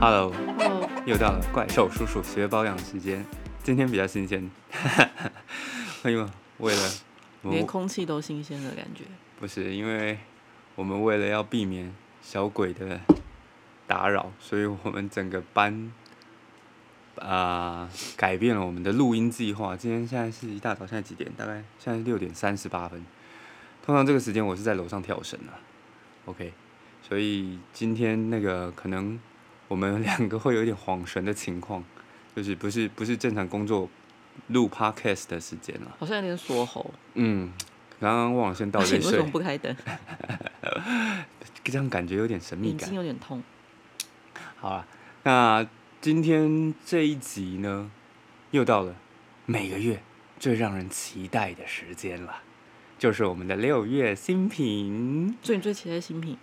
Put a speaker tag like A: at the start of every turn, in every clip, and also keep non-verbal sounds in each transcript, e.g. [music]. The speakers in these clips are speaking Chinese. A: Hello，
B: 嗯，
A: 又到了怪兽叔叔学保养时间，今天比较新鲜， [laughs] 因为为了我
B: 连空气都新鲜的感觉。
A: 不是因为我们为了要避免小鬼的打扰，所以我们整个班啊、改变了我们的录音计划。今天现在是一大早，现在几点？大概现在六点三十八分。通常这个时间我是在楼上跳绳啊。OK，所以今天那个可能我们两个会有一点恍神的情况，就是不是不是正常工作录 Podcast 的时间了。
B: 好像有点锁喉，
A: 嗯，刚刚忘了先倒
B: 而且
A: 杯
B: 你为什
A: 水
B: 么。不开灯？
A: 这样感觉有点神秘
B: 眼
A: 感
B: 睛。有点痛。
A: 好了，那今天这一集呢，又到了每个月最让人期待的时间了，就是我们的六月新品。
B: 所以你最期待新品？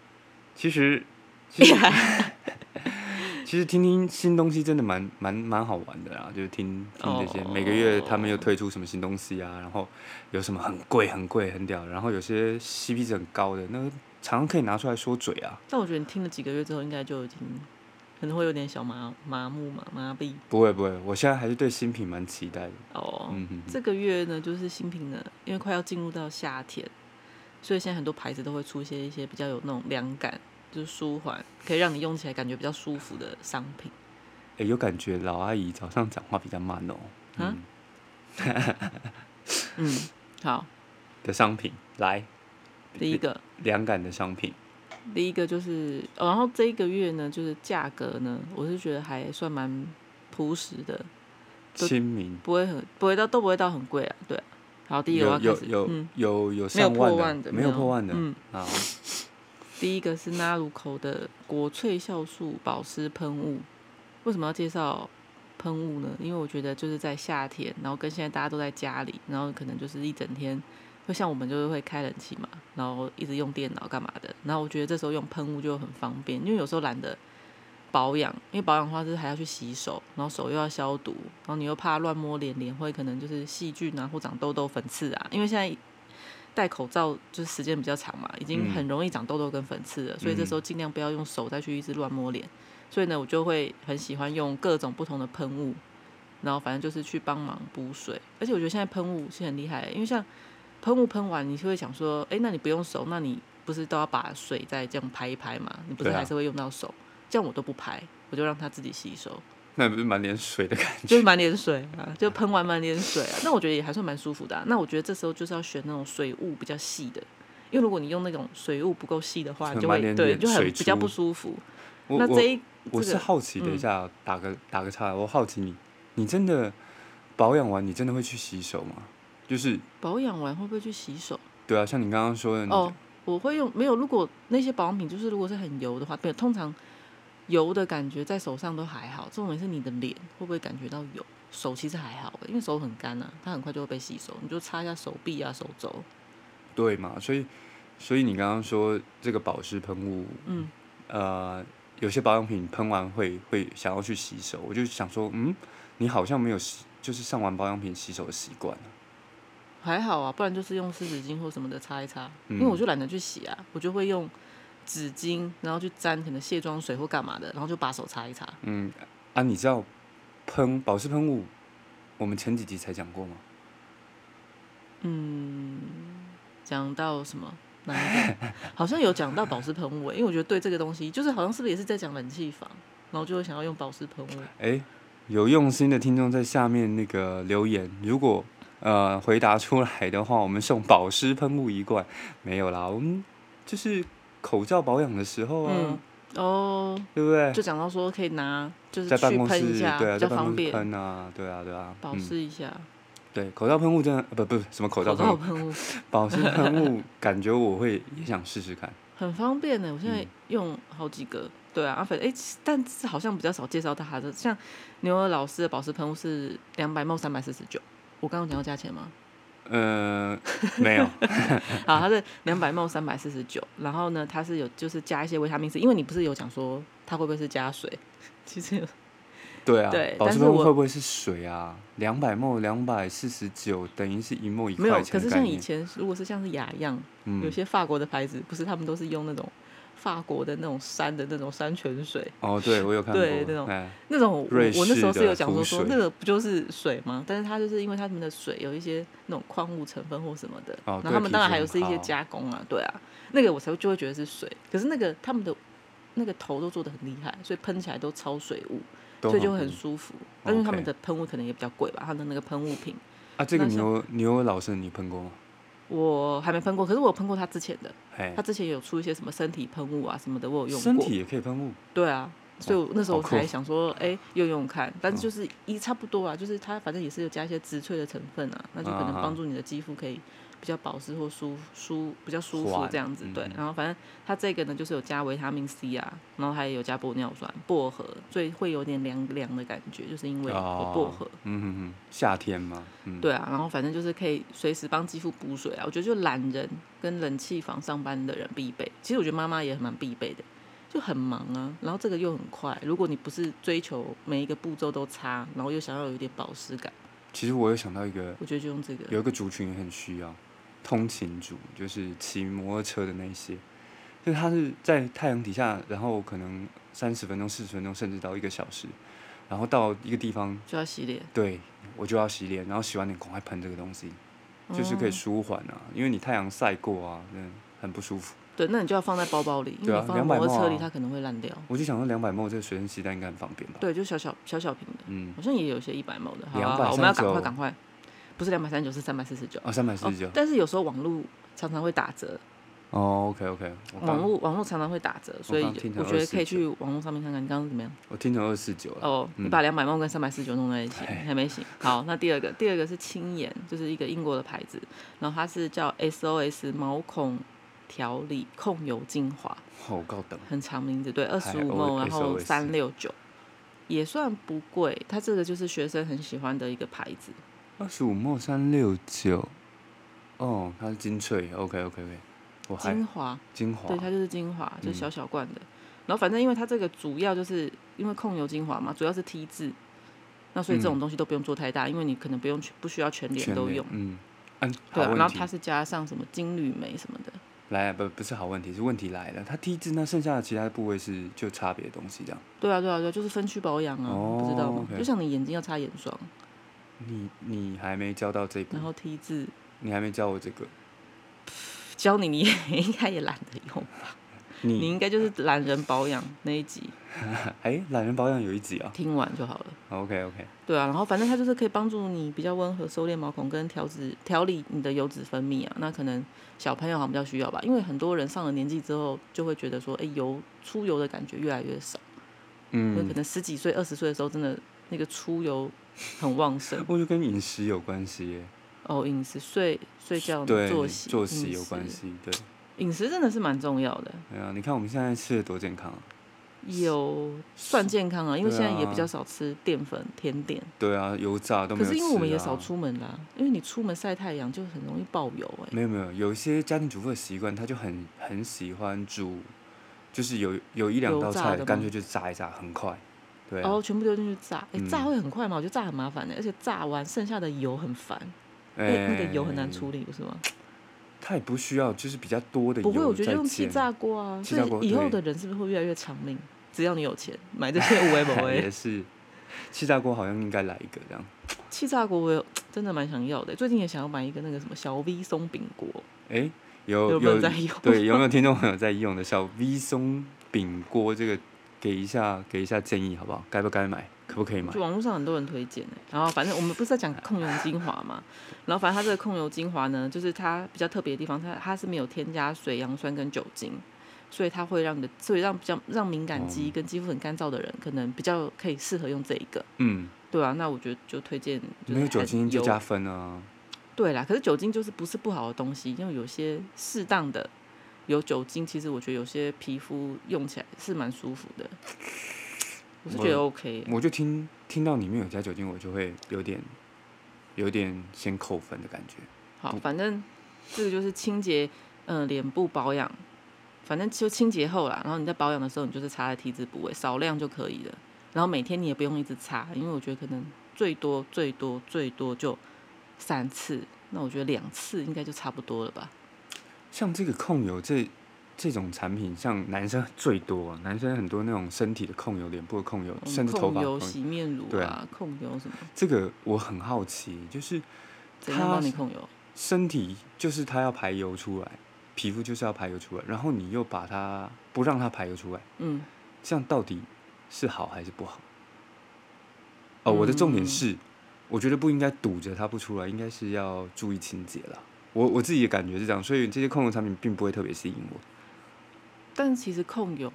A: 其实，其
B: [laughs]
A: 实，其实听听新东西真的蛮蛮蛮好玩的啊啦，就是听听这些，
B: 哦
A: 每个月他们又推出什么新东西啊，然后有什么很贵很贵很屌的，然后有些 CP 值很高的，那个常常可以拿出来说嘴啊。
B: 但我觉得你听了几个月之后，应该就已经可能会有点小麻麻木嘛，麻痹
A: 不会不会，我现在还是对新品蛮期待的。
B: 哦。
A: 嗯哼哼
B: 这个月呢，就是新品呢，因为快要进入到夏天，所以现在很多牌子都会出现一些比较有那种凉感，就是舒缓，可以让你用起来感觉比较舒服的商品。
A: 哎、有感觉老阿姨早上讲话比较慢哦。
B: 啊
A: 嗯，
B: 嗯，好，
A: 的商品来，
B: 第一个
A: 凉感的商品，
B: 第一个就是，哦然后这一个月呢，就是价格呢，我是觉得还算蛮朴实的，都
A: 亲民，
B: 不会很不会到都不会到很贵啊，对啊。好，第一个
A: 有
B: 我要开
A: 有
B: 始，
A: 有
B: 嗯，
A: 有有
B: 没有
A: 上
B: 破
A: 万
B: 万的，
A: 没有破万的
B: 嗯，
A: 啊，
B: 第一个是纳鲁口的国粹酵素保湿喷雾。为什么要介绍喷雾呢？因为我觉得就是在夏天，然后跟现在大家都在家里，然后可能就是一整天，会像我们就是会开冷气嘛，然后一直用电脑干嘛的。然后我觉得这时候用喷雾就很方便，因为有时候懒得保养，因为保养的话就是还要去洗手，然后手又要消毒，然后你又怕乱摸脸，脸会可能就是细菌啊或长痘痘、粉刺啊，因为现在。戴口罩就是时间比较长嘛，已经
A: 嗯
B: 很容易长痘痘跟粉刺了，所以这时候尽量不要用手再去一直乱摸脸。所以呢，我就会很喜欢用各种不同的喷雾，然后反正就是去帮忙补水。而且我觉得现在喷雾是很厉害的，因为像喷雾喷完，你就会想说，哎、那你不用手，那你不是都要把水再这样拍一拍嘛？你不是
A: 对啊
B: 还是会用到手？这样我都不拍，我就让它自己吸收，
A: 那不是满脸水
B: [laughs]
A: 的感
B: 就
A: 觉？
B: 是满脸水啊，就喷完满脸水啊。那我觉得也还算蛮舒服的啊、那我觉得这时候就是要选那种水雾比较细的。因为如果你用那种水雾不够细的话，
A: 就
B: 你就
A: 满
B: 会
A: 脸
B: 对
A: 脸
B: 就很
A: 水
B: 比较
A: 珠
B: 不舒服。
A: 我
B: 那这
A: 我
B: 一
A: 我
B: 这
A: 是
B: 个嗯
A: 好奇，等一下打个打个岔，我好奇你，你真的保养完，你真的会去洗手吗？就是
B: 保养完会不会去洗手？
A: 对啊，像你刚刚说的，你
B: 哦，我会用没有，如果那些保养品就是如果是很油的话，没有，通常油的感觉在手上都还好，重点是你的脸会不会感觉到油？手其实还好，因为手很干啊，它很快就会被吸收，你就擦一下手臂啊、手肘。
A: 对嘛，所以所以你刚刚说这个保湿喷雾，
B: 嗯，
A: 呃，有些保养品喷完会会想要去洗手，我就想说，嗯，你好像没有洗，就是上完保养品洗手的习惯啊
B: 还好啊，不然就是用湿纸巾或什么的擦一擦，
A: 嗯
B: 因为我就懒得去洗啊，我就会用纸巾，然后去沾可能卸妆水或干嘛的，然后就把手擦一擦。
A: 嗯啊，你知道喷保湿喷雾，我们前几集才讲过吗？
B: 讲到什么？哪一个？
A: [laughs]
B: 好像有讲到保湿喷雾欸，因为我觉得对这个东西，就是好像是不是也是在讲冷气房，然后就会想要用保湿喷雾。
A: 哎、有用心的听众在下面那个留言，如果呃回答出来的话，我们送保湿喷雾一罐。没有啦，我们就是口罩保养的时候啊，
B: 嗯哦，
A: 对不对？
B: 就讲到说可以拿，就是
A: 在办
B: 去
A: 公室
B: 喷一下，
A: 对啊，
B: 比较
A: 在办
B: 方
A: 公室
B: 便，
A: 喷啊，对啊，对啊，
B: 保
A: 嗯，
B: 湿一下。
A: 对，口罩喷雾真的呃不不什么口罩
B: 口
A: 喷
B: 罩
A: 雾，
B: 喷雾
A: 保湿喷雾感觉我会也想试试看，
B: 很方便欸呢，我现在
A: 嗯
B: 用好几个。对啊，反正哎，其但是好像比较少介绍它的，像牛儿老师的保湿喷雾是两百 ml 三百四十九。我刚刚讲到价钱吗？
A: [laughs] 呃，没
B: [laughs]
A: 有，
B: 好，它是两百梦三百四十九，然后呢，它是有就是加一些维他命 C，因为你不是有讲说它会不会是加水？其实有
A: 对啊，
B: 对
A: 保湿
B: 但是
A: 喷雾
B: 我
A: 会不会是水啊？两百沫两百四十九等于是一沫一
B: 没有
A: 块，
B: 可
A: 钱
B: 是
A: 的概
B: 像以
A: 念，
B: 前如果是像是雅漾，有
A: 嗯，
B: 些法国的牌子不是他们都是用那种法国的那种山的那种山泉水，
A: 哦，对我有看过，
B: 对那种
A: 哎，
B: 那种我
A: 瑞
B: 我那时候
A: 士
B: 是有
A: 的
B: 讲
A: 湖
B: 说说
A: 水
B: 那个不就是水吗？但是它就是因为它们的水有一些那种矿物成分或什么的，
A: 哦对
B: 然后他们
A: 皮
B: 当然
A: 质
B: 还有
A: 很
B: 是一些
A: 好
B: 加工啊，对啊，那个我才会就会觉得是水。可是那个他们的那个头都做的很厉害，所以喷起来都超水雾，
A: 都
B: 所以就会
A: 很
B: 很舒服。但是他们
A: OK
B: 的喷雾可能也比较贵吧，他们的那个喷雾瓶
A: 啊。这个
B: 那
A: 你
B: 像
A: 有你有老师你喷过吗？
B: 我还没喷过，可是我有喷过它之前的，
A: 哎
B: 它，之前有出一些什么身体喷雾啊什么的，我有用
A: 身
B: 过。
A: 体也可以喷雾，
B: 对啊，所以我那时候
A: 哦好
B: 我
A: 酷嗯
B: 才想说，哎、用用看，但是就是一差不多啊，就是它反正也是有加一些植萃的成分啊，那就可能
A: 啊
B: 帮助你的肌肤可以比较保湿或舒舒比较舒服
A: 缓
B: 这样子
A: 嗯。
B: 对
A: 嗯，
B: 然后反正它这个呢就是有加维他命 C 啊，然后还有加玻尿酸、薄荷，所以会有点凉凉的感觉，就是因为有薄荷。
A: 哦嗯哼哼，夏天嘛，嗯，
B: 对啊，然后反正就是可以随时帮肌肤补水啊。我觉得就懒人跟冷气房上班的人必备。其实我觉得妈妈也蛮必备的，就很忙啊，然后这个又很快。如果你不是追求每一个步骤都擦，然后又想要有一点保湿感，
A: 其实我有想到一个，
B: 我觉得就用这个。
A: 有一个族群也很需要，通勤族，就是骑摩托车的那一些，就是他是在太阳底下，然后可能三十分钟、四十分钟，甚至到一个小时，然后到一个地方，
B: 就要洗脸，
A: 对我就要洗脸，然后洗完脸赶快喷这个东西，就是可以
B: 哦
A: 舒缓啊，因为你太阳晒过啊，嗯，很不舒服。
B: 对，那你就要放在包包里，因
A: 对
B: 为
A: 啊
B: 你放在
A: 200毛
B: 摩托车里，
A: 啊
B: 它可能会烂掉。
A: 我就想说两百 ml 这个随身携带应该很方便吧？
B: 对，就小小小小瓶的，
A: 嗯，
B: 好像也有一些一百毛的。好啊，
A: 239
B: 好啊我们要赶快赶快，不是两百三十九，是三百四十九。哦
A: 啊，三百四十九。
B: 但是有时候网络常常会打折，
A: 哦，OK OK，我
B: 网
A: 刚
B: 络网络常常会打折，所以
A: 刚听成
B: 我觉得可
A: 249
B: 以去网络上面看看。你刚刚怎么样？
A: 我听成二四九了。
B: 哦，你
A: 嗯
B: 把两百梦跟三百四十九弄在一起，
A: 哎
B: 还没醒。好，那第二个，第二个是青颜，就是一个英国的牌子，然后它是叫 SOS 毛孔调理控油精华，
A: 哦，我高等。
B: 很长名字，对，二十
A: 哎
B: 五
A: 哦
B: 梦，然后
A: SOS
B: 三六九，也算不贵。它这个就是学生很喜欢的一个牌子，
A: 二十五 ml 三六九。哦，它是精粹。OK OK OK，我还
B: 精华，
A: 精华
B: 对，。它就是精华，就
A: 嗯
B: 小小罐的。然后反正因为它这个主要就是因为控油精华嘛，主要是 T 字，那所以这种东西都不用做太大，因为你可能不用全不需要全脸
A: 嗯全
B: 都
A: 脸
B: 用。
A: 嗯，嗯，好
B: 对、啊，
A: 问
B: 然后
A: 题
B: 它是加上什么金缕梅什么的，
A: 来啊不不是好问题，是问题来了。它 T 字那剩下的其他部位是就差别的东西这样。
B: 对啊对啊对啊，就是分区保养啊，
A: 哦
B: 不知道吗
A: OK 嗯
B: 就像你眼睛要擦眼霜，
A: 你你还没教到这一步
B: 然，后 T 字
A: 你还没教我这个。
B: 教你，你也 [laughs] 应该也懒得用，
A: 嗯
B: 你
A: 你
B: 应该就是懒人保养那一集
A: 哎，懒人保养有一集啊。
B: 听完就好了。
A: OK OK，
B: 对啊，然后反正它就是可以帮助你比较温和收敛毛孔跟调脂调理你的油脂分泌啊。那可能小朋友好像比较需要吧，因为很多人上了年纪之后就会觉得说，哎，油出油的感觉越来越少，因为可
A: 嗯，
B: 能十几岁、二十岁的时候真的那个出油很旺盛
A: 我就跟饮食有关系耶，
B: 哦。饮食、睡睡觉、
A: 对，
B: 哦作息、
A: 作息
B: 饮
A: 有关
B: 食，
A: 系，对。
B: 饮食真的是蛮重要的，
A: 对啊，你看我们现在吃的多健康啊！
B: 有算健康啊，因为
A: 对
B: 现在也
A: 啊
B: 比较少吃淀粉、甜点。
A: 对啊，油炸都没
B: 可
A: 有、吃
B: 是因为我们也少
A: 啊
B: 出门啦、因为你出门晒太阳就很容易爆油哎、
A: 没有没有，有一些家庭主妇的习惯，她就很很喜欢煮，就是有有一两
B: 油
A: 道
B: 炸
A: 菜
B: 的吗
A: 干脆就炸一炸，很快。对、啊，
B: 哦，全部丢进去炸，哎、
A: 嗯
B: 炸会很快吗？我觉得炸很麻烦的、而且炸完剩下的油很烦，
A: 哎、
B: 因为那个油很难处理，不是吗？
A: 它也不需要，就是比较多的油
B: 不会，我觉得
A: 在
B: 用气
A: 煎
B: 炸锅啊，
A: 气
B: 所
A: 炸锅
B: 以以后
A: 对
B: 的人是不是会越来越长命？只要你有钱买这些无为不
A: 也 [laughs]
B: 为，
A: 是，气炸锅好像应该来一个这样。
B: 气炸锅我有真的蛮想要的、最近也想要买一个那个什么小 V 松饼锅，
A: 哎、有
B: 没有
A: 有
B: 人在用？
A: [laughs]
B: [laughs]
A: 对有没有听众朋友在用的小 V 松饼锅这个，给一下给一下建议好不好？该不该买？可不可以买
B: 就？网络上很多人推荐、欸、然后反正我们不是在讲控油精华
A: [laughs]
B: 嘛，然后反正它这个控油精华呢，就是它比较特别的地方，它它是没有添加水、杨酸跟酒精，所以它会让你的，所以让比较让敏感肌
A: 哦
B: 跟肌肤很干燥的人，可能比较可以适合用这一个，
A: 嗯，
B: 对啊，那我觉得就推荐就是
A: 没有酒精就
B: 含
A: 加
B: 油
A: 分啊。
B: 对啦，可是酒精就是不是不好的东西，因为有些适当的有酒精，其实我觉得有些皮肤用起来是蛮舒服的，我是觉得 OK 欸、
A: 我就听听到里面有加酒精，我就会有点有点先扣分的感觉。嗯
B: 好，反正这个就是清洁，呃，脸部保养，反正就清洁后啦。然后你在保养的时候，你就是擦在 T 字部位，少量就可以了。然后每天你也不用一直擦，因为我觉得可能最多最多最多就三次，那我觉得两次应该就差不多了吧。
A: 像这个控油这这种产品，像男生最多、啊，男生很多那种身体的控油、脸部的控油，
B: 嗯
A: 甚至头
B: 控
A: 发的
B: 油、
A: 控油。
B: 洗面乳
A: 对
B: 啊，控油什么，
A: 这个我很好奇，就是
B: 怎样
A: 它
B: 帮你控油？
A: 身体就是它要排油出来，皮肤就是要排油出来，然后你又把它不让它排油出来，
B: 嗯，
A: 这样到底是好还是不好？哦，我的重点
B: 嗯
A: 是，我觉得不应该堵着它不出来，应该是要注意清洁了。我我自己的感觉是这样，所以这些控油产品并不会特别吸引我。
B: 但其实控油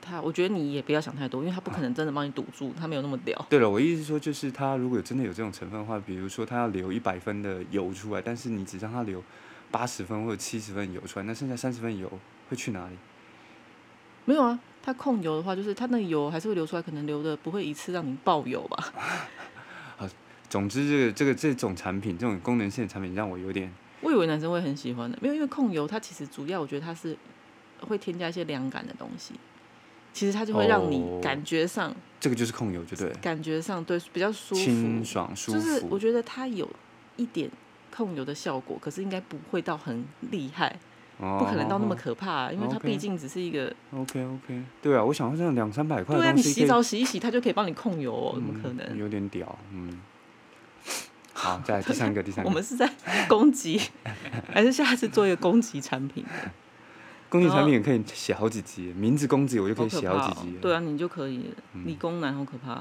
B: 它，我觉得你也不要想太多，因为它不可能真的帮你堵住，它没有那么屌。
A: 对了，我意思是说，就是它如果真的有这种成分的话，比如说它要留一百分的油出来，但是你只让它留八十分或者七十分油出来，那剩下三十分油会去哪里？
B: 没有啊，它控油的话，就是它那个油还是会流出来，可能流的不会一次让你爆油吧？ [laughs]
A: 总之，这个这个这种产品，这种功能性的产品，让我有点
B: 我以为男生会很喜欢的，没有，因为控油它其实主要我觉得它是会添加一些凉感的东西，其实它就会让
A: 哦
B: 你感觉上、
A: 这个就是控油，就对了，
B: 感觉上对比较舒服，
A: 清爽舒服。
B: 就是我觉得它有一点控油的效果，可是应该不会到很厉害，
A: 哦
B: 不可能到那么可怕、啊因为它
A: OK
B: 毕竟只是一个
A: OK OK，对啊，我想要这样两三百块的
B: 对啊，
A: 东
B: 你
A: 西可以，
B: 洗澡洗一洗，它就可以帮你控油、哦，怎么
A: 嗯
B: 可能？
A: 有点屌，
B: [laughs]
A: 嗯。好，再来第三个，第三
B: 我
A: 个
B: 们是在
A: [laughs]
B: 攻击，还是下次做一个攻击产品？
A: 攻击
B: 然
A: 产
B: 后
A: 品也可以写好几集，名字攻击我就可
B: 哦好
A: 以
B: 可
A: 写
B: 怕、
A: 好
B: 哦
A: 几集。！嗯
B: 对啊，你就可以了，理工男好可怕。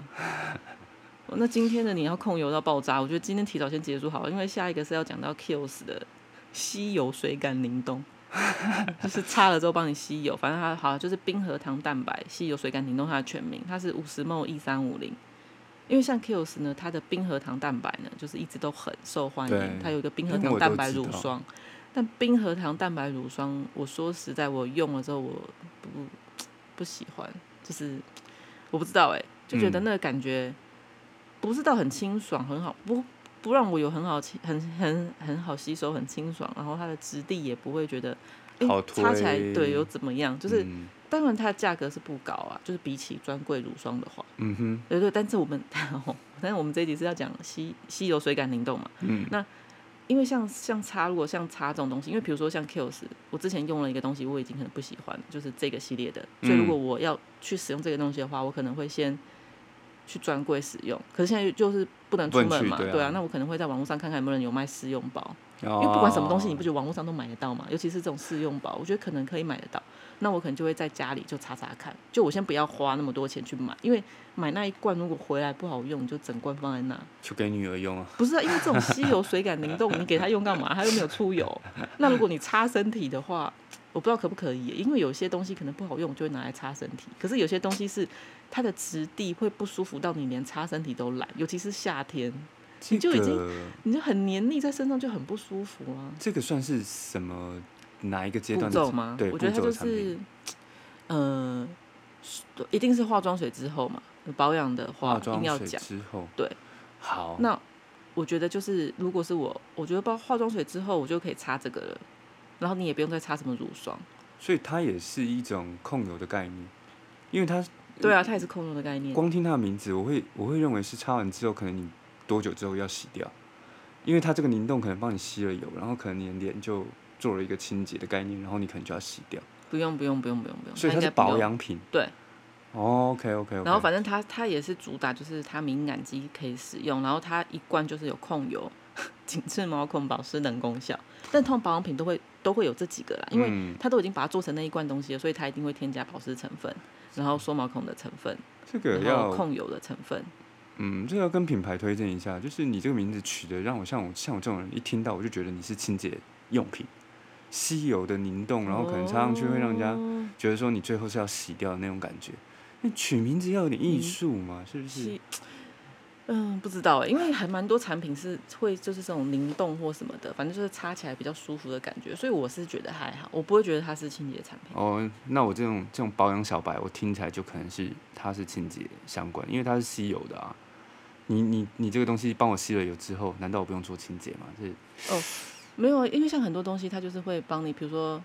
B: 哦那今天的你要控油到爆炸，我觉得今天提早先结束好了，因为下一个是要讲到 Kills 的吸油水感凝冻，
A: [laughs]
B: 就是擦了之后帮你吸油，反正它好就是冰河糖蛋白吸油水感凝冻它的全名，它是五十 ml 一三五零。因为像 Kills 呢，它的冰河糖蛋白呢，就是一直都很受欢
A: 对
B: 迎，它有一个冰河
A: 因为
B: 糖
A: 我
B: 蛋
A: 都
B: 白
A: 知
B: 乳
A: 道
B: 霜。但冰河糖蛋白乳霜，我说实在，我用了之后我不不喜欢，就是我不知道哎、就觉得
A: 嗯
B: 那个感觉不是到很清爽，很好，不不让我有很好清很很很好吸收，很清爽，然后它的质地也不会觉得。哎
A: 好
B: 擦起来
A: 推
B: 对有怎么样？就是、
A: 嗯
B: 当然它的价格是不高啊，就是比起专柜乳霜的话，
A: 嗯哼，
B: 对对，但是我们， [laughs] 但是我们这一集是要讲吸吸油水感灵动嘛。
A: 嗯。
B: 那因为像像擦，如果像擦这种东西，因为比如说像 Kills，我之前用了一个东西，我已经很不喜欢，就是这个系列的。
A: 嗯
B: 所以如果我要去使用这个东西的话，我可能会先去专柜使用。可是现在就是不能
A: 不
B: 出
A: 能
B: 门
A: 去
B: 嘛，
A: 对啊
B: 那我可能会在网络上看看有没有人有卖试用包。
A: 因
B: 因为不管什么东
A: 哦
B: 西，你不觉得网络上都买得到吗？尤其是这种试用包，我觉得可能可以买得到。那我可能就会在家里就擦擦看，就我先不要花那么多钱去买，因为买那一罐如果回来不好用，你就整罐放在那。
A: 就给女儿用啊？
B: 不是、啊，因为这种吸油水感凝冻，你给它用干嘛？它又没有出油。那如果你擦身体的话，我不知道可不可以耶，因为有些东西可能不好用，我就会拿来擦身体。可是有些东西是它的质地会不舒服到你连擦身体都懒，尤其是夏天，
A: 这
B: 就已经
A: 个
B: 你就很黏腻在身上，就很不舒服啊。
A: 这个算是什么哪一个阶
B: 步
A: 段
B: 骤
A: 的
B: 吗？
A: 对，
B: 我觉得它
A: 步骤
B: 就
A: 的产品
B: 是，呃，一定是化妆水之后嘛，保养的话
A: 化
B: 一定
A: 妆
B: 要
A: 水
B: 讲。
A: 之后，
B: 对，
A: 好，
B: 那我觉得就是，如果是我，我觉得包化妆水之后，我就可以擦这个了，然后你也不用再擦什么乳霜。
A: 所以它也是一种控油的概念，因为它
B: 对啊，它也是控油的概念。
A: 光听它的名字，我会我会认为是擦完之后，可能你多久之后要洗掉，因为它这个凝冻可能帮你吸了油，然后可能你的脸就做了一个清洁的概念，然后你可能就要洗掉，
B: 不用不用不用不用不用，
A: 所以
B: 应
A: 它是
B: 该不用
A: 保。养品。
B: 对，
A: 哦，OK OK OK。
B: 然后反正它它也是主打，就是它敏感肌可以使用，然后它一罐就是有控油、 [laughs] 紧致毛孔、保湿等功效。但通常保养品都会都会有这几个啦，因为
A: 嗯
B: 它都已经把它做成那一罐东西了，所以它一定会添加保湿成分，然后缩毛孔的成分，
A: 这个
B: 然后
A: 要
B: 控油的成分。
A: 嗯，这个要跟品牌推荐一下，就是你这个名字取得让我像我像我这种人一听到我就觉得你是清洁用品，吸油的凝冻，然后可能擦上去会让人家
B: 哦
A: 觉得说你最后是要洗掉的那种感觉。那取名字要有点艺
B: 嗯
A: 术嘛，是不是？
B: 是，嗯，不知道哎，因为还蛮多产品是会就是这种凝冻或什么的，反正就是擦起来比较舒服的感觉，所以我是觉得还好，我不会觉得它是清洁产品。
A: 哦，那我这种这种保养小白，我听起来就可能是它是清洁相关，因为它是吸油的啊。你你你这个东西帮我吸了油之后，难道我不用做清洁吗？这
B: 没有，啊因为像很多东西它就是会帮你，比如说，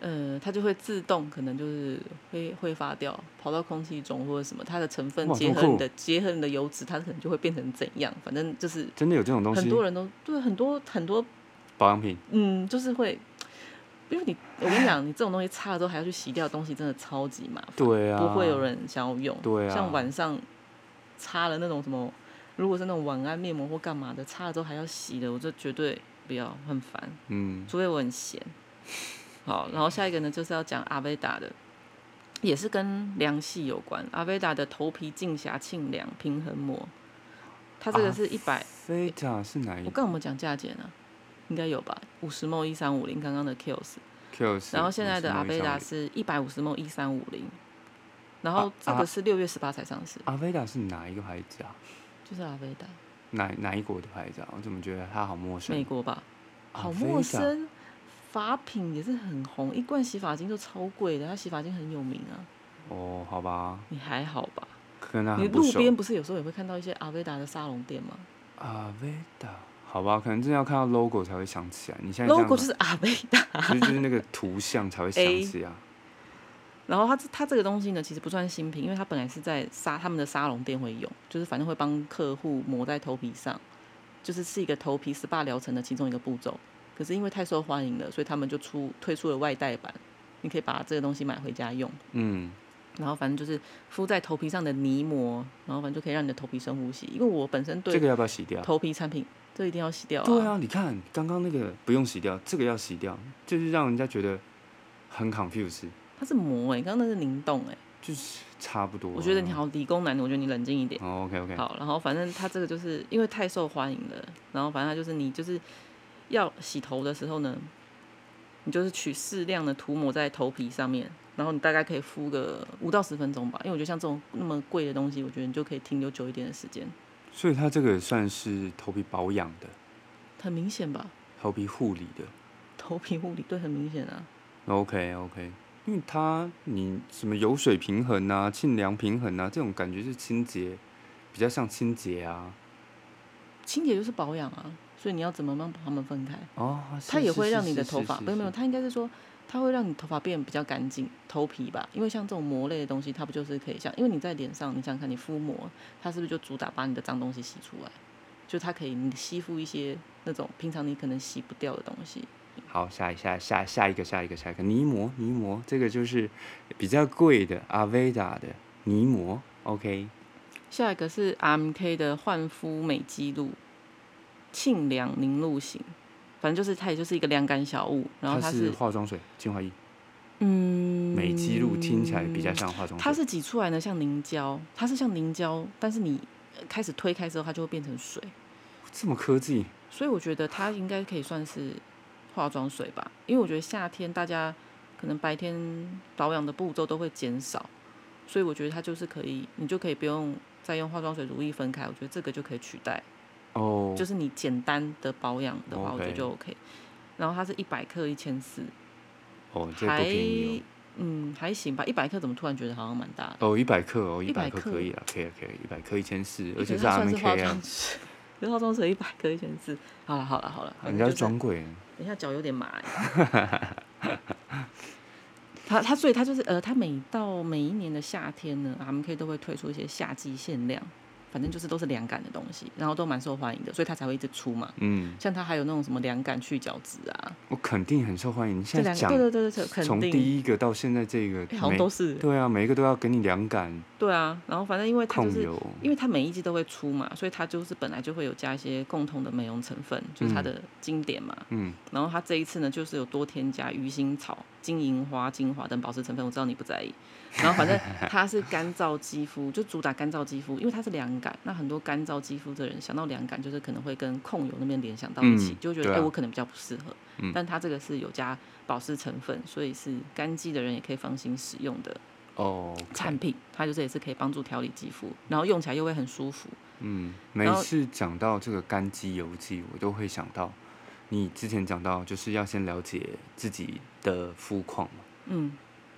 B: 呃，它就会自动可能就是挥挥发掉，跑到空气中或者什么，它的成分
A: 哇这
B: 结
A: 么
B: 合你
A: 酷
B: 的结合你的油脂，它可能就会变成怎样，反正就是
A: 真的有这种东
B: 很
A: 西？
B: 多人都对很多很多
A: 保养品
B: 嗯，就是会。因为你我跟你讲，你这种东西擦了之后还要去洗掉的东西，真的超级麻烦，
A: 对啊，
B: 不会有人想要用。
A: 对啊
B: 像晚上擦了那种什么，如果是那种晚安面膜或干嘛的，擦了之后还要洗的，我就绝对不要，很烦。
A: 嗯
B: 除非我很闲。好，然后下一个呢，就是要讲阿维达的，也是跟凉系有关。阿维达的头皮净瑕沁凉平衡膜，它这
A: 啊
B: 个是一百、
A: 非塔是哪一
B: 我刚有没有讲价钱啊？应该有吧，五十 ml 一三五零，刚刚的 Kills，
A: Q 是
B: 然后现在的阿
A: 维
B: 维达是一百五十 ml 一三五零，然后
A: 啊
B: 这个是六月十八才上市，
A: 阿维达是哪一个牌子啊？
B: 就是阿维达，
A: 哪哪一国的牌子啊？我怎么觉得它好陌生？
B: 美国吧，
A: 阿
B: 好
A: 维达
B: 陌。生。法品也是很红，一罐洗发精就超贵的，它洗发精很有名啊。
A: 哦，好吧，
B: 你还好吧？
A: 可能它
B: 你
A: 很啊不
B: 路
A: 熟。
B: 边不是有时候也会看到一些阿维达的沙龙店吗
A: 阿维达，好吧，可能真的要看到 logo 才会想起来。你现在这样
B: ？logo 就是阿维达，
A: 其实 [laughs] 就是那个图像才会想
B: A
A: 起啊。
B: 然后它这它这个东西呢，其实不算新品，因为它本来是在沙他们的沙龙店会用，就是反正会帮客户抹在头皮上，就是是一个头皮 SPA 疗程的其中一个步骤。可是因为太受欢迎了，所以他们就出推出了外带版，你可以把这个东西买回家用。
A: 嗯，
B: 然后反正就是敷在头皮上的泥膜，然后反正就可以让你的头皮深呼吸。因为我本身
A: 这
B: 对
A: 个要啊不要洗掉？
B: 头皮产品，这一定要洗掉
A: 对啊，你看刚刚那个不用洗掉，这个要洗掉，就是让人家觉得很 confused，
B: 它是膜哎、刚刚那是凝冻哎、
A: 就是差不多啊。
B: 我觉得你好理工男，我觉得你冷静一点。
A: 哦，OK OK，
B: 好，然后反正他这个就是因为太受欢迎了，然后反正他就是你就是要洗头的时候呢，你就是取适量的涂抹在头皮上面，然后你大概可以敷个五到十分钟吧，因为我觉得像这种那么贵的东西，我觉得你就可以停留久一点的时间，
A: 所以它这个算是头皮保养的，
B: 很明显吧？
A: 头皮护理的。
B: 头皮护理对，很明显啊。
A: OK OK，因为它你什么油水平衡啊、沁凉平衡啊，这种感觉是清洁，比较像清洁啊。
B: 清洁就是保养啊，所以你要怎么样把它们分开？
A: 哦，
B: 它
A: 是
B: 也
A: 是
B: 会
A: 是
B: 让你
A: 是
B: 的
A: 是
B: 头发，
A: 是
B: 没有没有，
A: 是
B: 它应该是说它会让你头发变比较干净，头皮吧，因为像这种膜类的东西，它不就是可以像，因为你在脸上，你想想看，你敷膜，它是不是就主打把你的脏东西洗出来？就它可以你吸附一些那种平常你可能洗不掉的东西，
A: 好，下一下下下一个下一个下一个泥膜泥膜，这个就是比较贵的阿维达的泥膜。OK，
B: 下一个是 M K 的焕肤美肌露，沁凉凝露型，反正就是它也就是一个凉感小物，然后它
A: 是
B: 是
A: 化妆水、精华液、
B: 嗯
A: 美肌露，听起来比较像化妆水。
B: 它是挤出来呢，像凝胶，它是像凝胶，但是你呃开始推开之后，它就会变成水，
A: 这么科技，
B: 所以我觉得它应该可以算是化妆水吧，因为我觉得夏天大家可能白天保养的步骤都会减少，所以我觉得它就是可以，你就可以不用再用化妆水、乳液分开，我觉得这个就可以取代，
A: 哦，
B: 就是你简单的保养的话，我觉得
A: OK
B: 就 OK。然后它是一百克一千四，
A: 哦，这个
B: 还
A: 不便宜
B: 嗯还行吧，一百克怎么突然觉得好像蛮大的？
A: 哦。哦，一百克哦，一百
B: 100
A: 克
B: 克
A: 可以了，可以了可以了，一百克一千四，而
B: 可
A: 且
B: 是它算
A: M
B: 是化
A: K 啊
B: 妆，水，可是化妆水 [laughs] 一百克一千四。好了好了好了，反
A: 人
B: 正
A: 家
B: 就是是
A: 专柜。
B: 等一下脚有点麻
A: [laughs]
B: 欸。它它所以它就是呃，它每到每一年的夏天呢，M K 都会推出一些夏季限量，反正就是都是凉感的东西，然后都蛮受欢迎的，所以它才会一直出嘛。
A: 嗯，
B: 像它还有那种什么凉感去角质啊，
A: 我肯定很受欢迎。你
B: 这
A: 现在
B: 两个
A: 讲
B: 对对对对，肯
A: 从
B: 定、
A: 第一个到现在这个
B: 哎，好像
A: 每
B: 都是
A: 对啊，每一个都要给你凉感
B: 对啊。然后反正因为它就
A: 控
B: 是
A: 油。
B: 因为它每一季都会出嘛，所以它就是本来就会有加一些共同的美容成分，就是它的经典嘛。
A: 嗯，
B: 然后它这一次呢，就是有多添加鱼腥草、金银花、精华等保湿成分。我知道你不在意。然后
A: [laughs]
B: 反正它是干燥肌肤，就主打干燥肌肤，因为它是凉感。那很多干燥肌肤的人想到凉感，就是可能会跟控油那边联想到一起，
A: 嗯
B: 就会觉得哎、
A: 对啊
B: 我可能比较不适合。
A: 嗯
B: 但它这个是有加保湿成分，所以是干肌的人也可以放心使用的
A: 哦，
B: 产品。它就是也是可以帮助调理肌肤，然后用起来又会很舒服。
A: 嗯，每
B: 然后
A: 次讲到这个干肌油肌，我都会想到你之前讲到，就是要先了解自己的肤况嘛。
B: 嗯，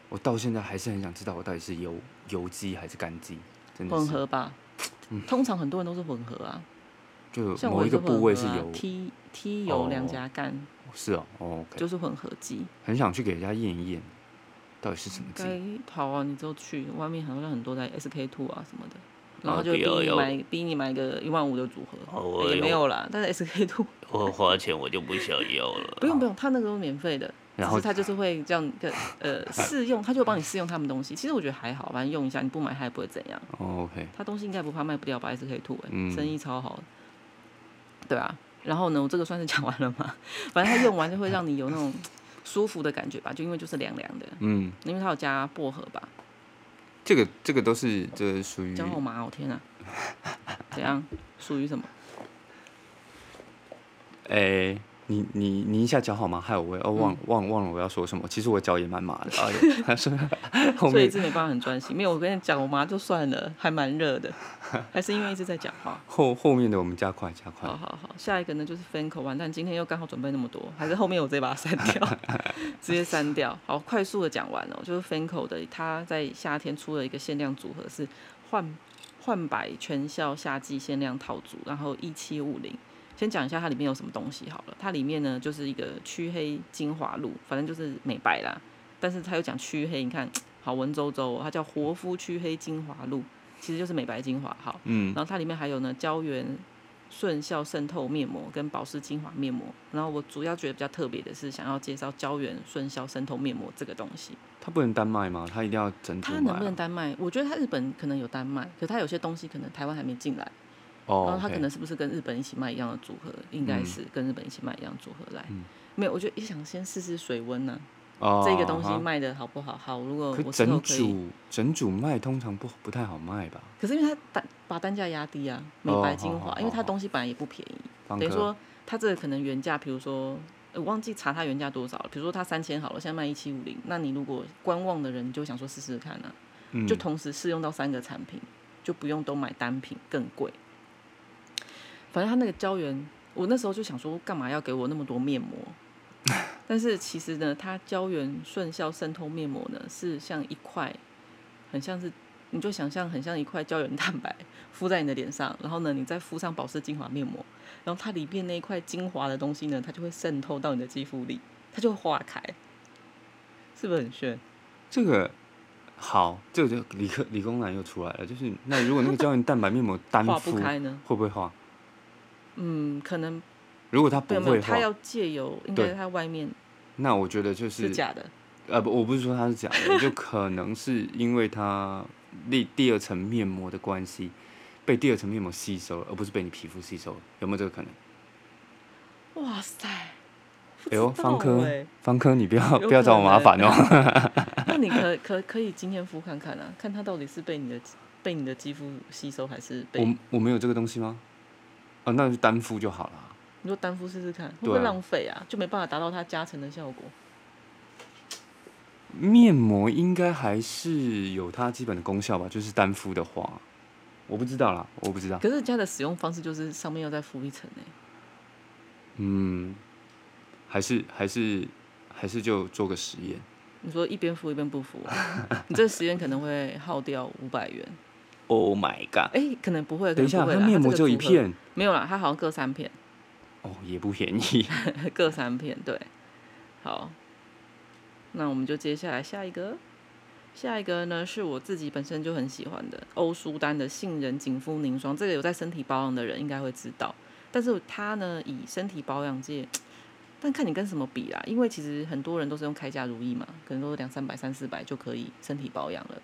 A: 我到现在还是很想知道，我到底是油油肌还是干肌，真的
B: 混
A: 是嗯
B: 合吧。通常很多人都是混合啊，
A: 就
B: 像
A: 呃某
B: 我
A: 一
B: 也是
A: 个
B: 混
A: 部
B: 合
A: 位是
B: 啊
A: 油，
B: T T 油
A: 哦
B: 两颊干
A: 是哦哦，OK，
B: 就是混合肌。
A: 很想去给人家验一验，到底是什么肌。
B: 该好啊，你就去外面好像很多在 SK two 啊什么的，然
A: 哦
B: 后就逼
C: 有
B: 你
C: 有
B: 买逼你买个一万五的组合，
C: 哦我
B: 也没
C: 有
A: [laughs]
B: 有啦，但是 SK two
C: 我花钱我就不想要了。
B: 不用不用，他那个都免费的，
A: 然后
B: 只是他就是会这样跟
A: [laughs]
B: 呃试用，他就帮你试用他们东西。其实我觉得还好，反正用一下你不买他也不会怎样。
A: 哦 OK，
B: 他东西应该不怕卖不掉吧，还是可以吐、欸，
A: 嗯
B: 生意超好的。对啊，然后呢，我这个算是讲完了吗？反正它用完就会让你有那种舒服的感觉吧，就因为就是凉凉的，
A: 嗯，
B: 因为它有加薄荷吧。
A: 这个这个都是这是属于
B: 讲好麻哦，天啊！怎样？属于什么？
A: 哎、你你你一下脚好麻，害我哦
B: 嗯
A: 忘忘忘了我要说什么。其实我脚也蛮麻的，哎呀
B: [laughs]
A: 他说 [laughs] 后
B: 所以一
A: 面
B: 直没办法很专心。没有，我跟你讲，我麻就算了，还蛮热的，还是因为一直在讲话。
A: 后后面的我们加快加快
B: 好。好好，下一个呢就是 Fanco 完蛋，今天又刚好准备那么多，还是后面我直接把它删
A: [laughs]
B: 掉，直接删掉。好，快速的讲完哦，就是 Fanco 的，它在夏天出了一个限量组合是幻幻百全效夏季限量套组，然后一七五零。先讲一下它里面有什么东西好了，它里面呢就是一个驱黑精华露，反正就是美白啦，但是它又讲驱黑，你看好文绉绉哦，它叫活肤驱黑精华露，其实就是美白精华。好，
A: 嗯，
B: 然后它里面还有呢胶原顺效渗透面膜跟保湿精华面膜。然后我主要觉得比较特别的是，想要介绍胶原顺效渗透面膜这个东西。
A: 他不能单卖吗？他一定要整组
B: 它
A: 卖、
B: 能
A: 啊
B: 不。能单卖？我觉得它日本可能有单卖，可它有些东西可能台湾还没进来。然
A: 哦
B: 后它可
A: OK
B: 能是不是跟日本一起卖一样的组合？应该
A: 嗯
B: 是跟日本一起卖一样的组合来
A: 嗯。
B: 没有，我就一想先试试水温呢，
A: 哦
B: 这个东西
A: 哈
B: 卖的好不好？好，如果
A: 可
B: 我之
A: 整
B: 后可以。
A: 组整组卖通常不不太好卖吧？
B: 可是因为它单把单价压低啊，美
A: 哦好
B: 白精
A: 好
B: 华，
A: 好
B: 因为它
A: 好
B: 东西本来也不便宜，
A: 方
B: 等于
A: 科
B: 说它这个可能原价，比如说、呃我忘记查它原价多少了，比如说它三千好了，现在卖一七五零，那你如果观望的人，你就想说试试看啊，
A: 嗯
B: 就同时试用到三个产品，就不用都买单品更贵。反正它那个胶原，我那时候就想说，干嘛要给我那么多面膜？ [laughs] 但是其实呢，它胶原顺效渗透面膜呢，是像一块，很像是，你就想象很像一块胶原蛋白敷在你的脸上，然后呢，你再敷上保湿精华面膜，然后它里面那一块精华的东西呢，它就会渗透到你的肌肤里，它就会化开，是不是很炫？
A: 这个好，这个就理科理工男又出来了，就是那如果那个胶原蛋白面膜单
B: 化
A: 敷
B: 不开呢？
A: 会不会化？
B: 嗯，可能
A: 如果它
B: 没
A: 不
B: 有没有，
A: 会
B: 它
A: 化，
B: 要借由，应该它外面
A: 那我觉得就是
B: 假的，
A: 呃，不，我不是说它是假的， [laughs] 就可能是因为它第第二层面膜的关系，被第二层面膜吸收了，而不是被你皮肤吸收了，有没有这个可能？
B: 哇塞！
A: 哎呦，
B: 不知道
A: 方科
B: 欸，
A: 方科，你不要
B: 有
A: 不要找我麻
B: 可
A: 烦
B: 能欸
A: [laughs] 哦。
B: 那你可 [laughs] 可可以今天敷看看啊，看它到底是被你的被你的肌肤吸收，还是被
A: 我我没有这个东西吗？啊，那就单敷就好了。啊
B: 你说单敷试试看，会不
A: 对
B: 会
A: 啊
B: 浪费啊？就没办法达到它加成的效果。
A: 面膜应该还是有它基本的功效吧，就是单敷的话，我不知道啦，我不知道。
B: 可是人家的使用方式就是上面要再敷一层哎、
A: 嗯，还是还是还是就做个实验。
B: 你说一边敷一边不敷啊，
A: [laughs]
B: 你这个实验可能会耗掉五百元。
A: Oh my god！
B: 哎、可能不会，可
A: 等
B: 能
A: 一下，
B: 不会
A: 它
B: 啦
A: 面
B: 这
A: 膜
B: 个
A: 只有一
B: 组合，
A: 片。
B: 没有啦，它好像各三片，
A: 哦，也不便宜。
B: 各三片，对。好，那我们就接下来下一个，下一个呢是我自己本身就很喜欢的欧舒丹的杏仁紧肤凝霜，这个有在身体保养的人应该会知道。但是它呢，以身体保养界，但看你跟什么比啦，因为其实很多人都是用开价如意嘛，可能都是两三百、三四百就可以身体保养了。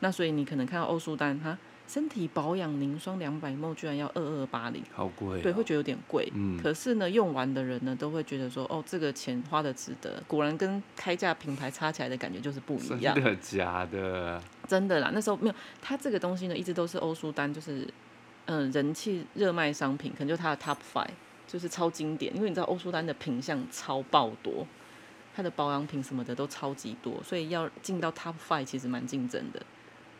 B: 那所以你可能看到欧舒丹，它身体保养凝霜两百 ml 居然要二二八零，
A: 好贵、哦。
B: 对，会觉得有点贵。
A: 嗯
B: 可是呢，用完的人呢，都会觉得说，哦，这个钱花的值得。果然跟开价品牌差起来的感觉就是不一样，
A: 真的假的？
B: 真的啦。那时候没有它这个东西呢，一直都是欧舒丹，就是嗯、呃人气热卖商品，可能就它的 top five，就是超经典。因为你知道欧舒丹的品相超爆多，它的保养品什么的都超级多，所以要进到 top five 其实蛮竞争的。